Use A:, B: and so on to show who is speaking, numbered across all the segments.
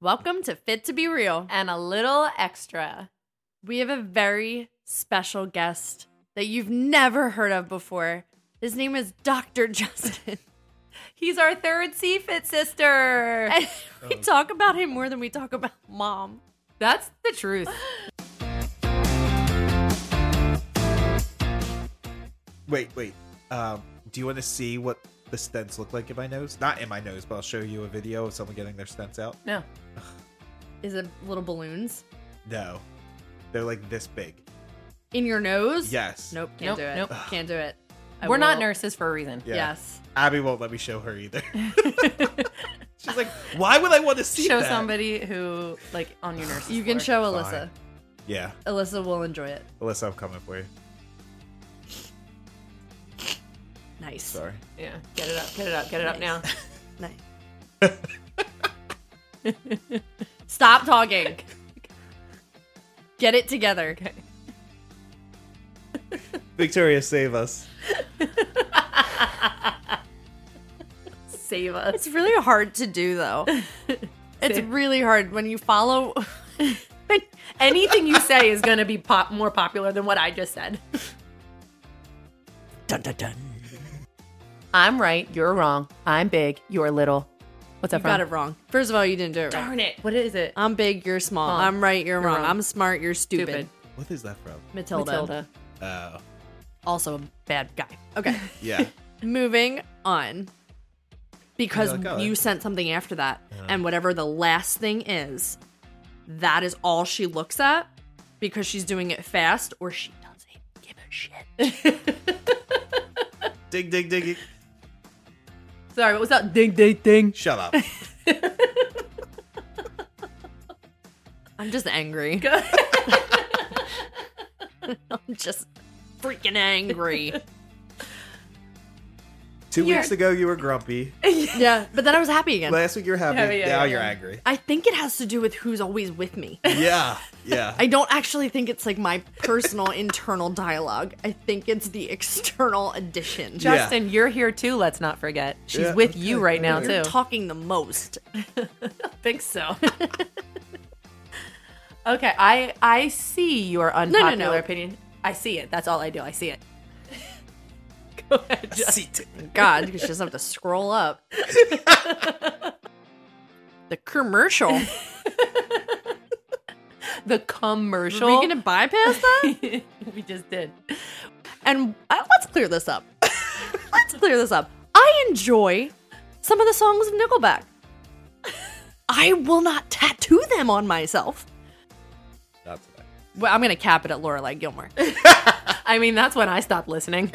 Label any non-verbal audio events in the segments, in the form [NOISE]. A: Welcome to Fit to Be Real.
B: and a little extra.
A: We have a very special guest that you've never heard of before. His name is Dr. [LAUGHS] Justin.
B: He's our third CFIT sister.
A: and [LAUGHS] we
C: Oh.
A: talk about him more than we talk about mom.
B: That's the truth.
C: Wait, wait. Um, do you want to see what the stents look like in my nose? Not in my nose, but I'll show you a video of someone getting their stents out.
B: No.
A: Is it little balloons
C: No, they're like this big.
A: in your nose?
C: Yes.
A: Nope, can't
B: Nope,
A: do it.
C: [SIGHS]
B: nope.
A: Can't do it. I
B: We're not
A: will-
B: nurses for a reason.
C: Yeah.
A: Yes.
C: Abby won't let me show her
B: [LAUGHS]
C: either. [LAUGHS] She's like, why would I want to see
B: Show
C: that?
B: somebody who, like, on your nurses.
A: You can
B: floor.
A: show Alyssa.
C: Fine. Yeah,
A: Alyssa will enjoy it.
C: Alyssa, I'm coming for you.
A: Nice.
C: Sorry.
B: Yeah. Get it up. Get it up. Get it up now.
A: Nice. [LAUGHS] Nice. Stop talking. Get it together.
C: Victoria, save us.
B: Save us.
A: It's really hard to do [LAUGHS] though. It's really hard when you [LAUGHS] follow
B: [LAUGHS] Anything you say is going to be pop- more popular than what I just said.
A: dun, dun, dun.
B: I'm right. You're wrong. I'm big. You're little. What's
A: [LAUGHS] You
B: up,
A: got it wrong. First of all, you didn't do it right.
B: Darn it. What is it?
A: I'm big, you're small.
B: Wrong.
A: I'm right, you're,
B: You're
A: wrong.
B: wrong.
A: I'm smart, you're stupid.
C: What is that from?
A: Matilda.
B: Matilda.
C: Oh,
A: Also a bad guy. Okay.
B: [LAUGHS]
C: yeah.
A: Moving on. Because
C: Yeah, go.
A: you sent something after that, and whatever the last thing is, that is all she looks at because she's doing it fast or she doesn't give a shit.
C: dig, dig, dig.
B: Sorry, what was that? Ding, ding, ding.
C: Shut
B: [LAUGHS]
C: up.
A: I'm just angry. [LAUGHS] I'm just freaking angry.
C: Two weeks ago, you were
B: [LAUGHS]
C: grumpy.
A: yeah, but then I was happy again.
C: Last week, you were happy.
B: Oh, Yeah, yeah,
C: now
B: yeah.
C: you're angry.
A: I think it has to do with who's always with me.
C: Yeah, yeah.
A: I don't actually think it's like my personal [LAUGHS] internal dialogue. I think it's the external addition.
C: Yeah.
B: Justin, you're here too, let's not forget. She's
C: Yeah,
B: with
C: okay,
B: you right now,
C: okay.
B: too.
A: You're talking the [LAUGHS] most.
B: think so. okay, I I see your
A: no,
B: unpopular
A: no.
B: opinion. I see it. That's all I do. I see it. [LAUGHS] Go ahead, Justin.
C: Seat.
A: God, because she doesn't have to scroll up. the commercial.
B: The
A: Are
B: commercial.
A: we
B: [LAUGHS]
A: gonna bypass that?
B: we just did.
A: And uh, let's clear this up. [LAUGHS] let's clear this up. I enjoy some of the songs of Nickelback. I will not tattoo them on myself.
C: Not today.
A: Well, I'm gonna cap it at Lorelai Gilmore.
B: I mean, that's when I stopped
A: [LAUGHS]
B: listening. [LAUGHS]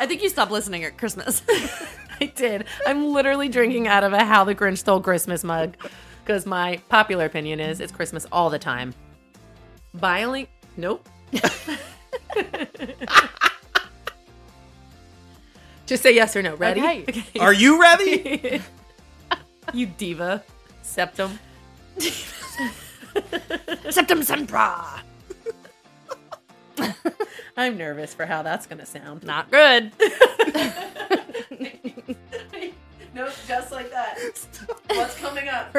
A: I think you stopped listening at Christmas.
B: I did. I'm literally drinking out of a How the Grinch Stole Christmas mug because my popular opinion is it's Christmas all the time. Violent. Nope. [LAUGHS] Just say yes or no. Ready?
A: Okay.
C: Are you
B: [LAUGHS]
C: ready?
B: You diva. Septum.
A: [LAUGHS] Septum Sempra.
B: I'm nervous for how that's going to sound.
A: Not good.
B: nope, just like that. What's coming up?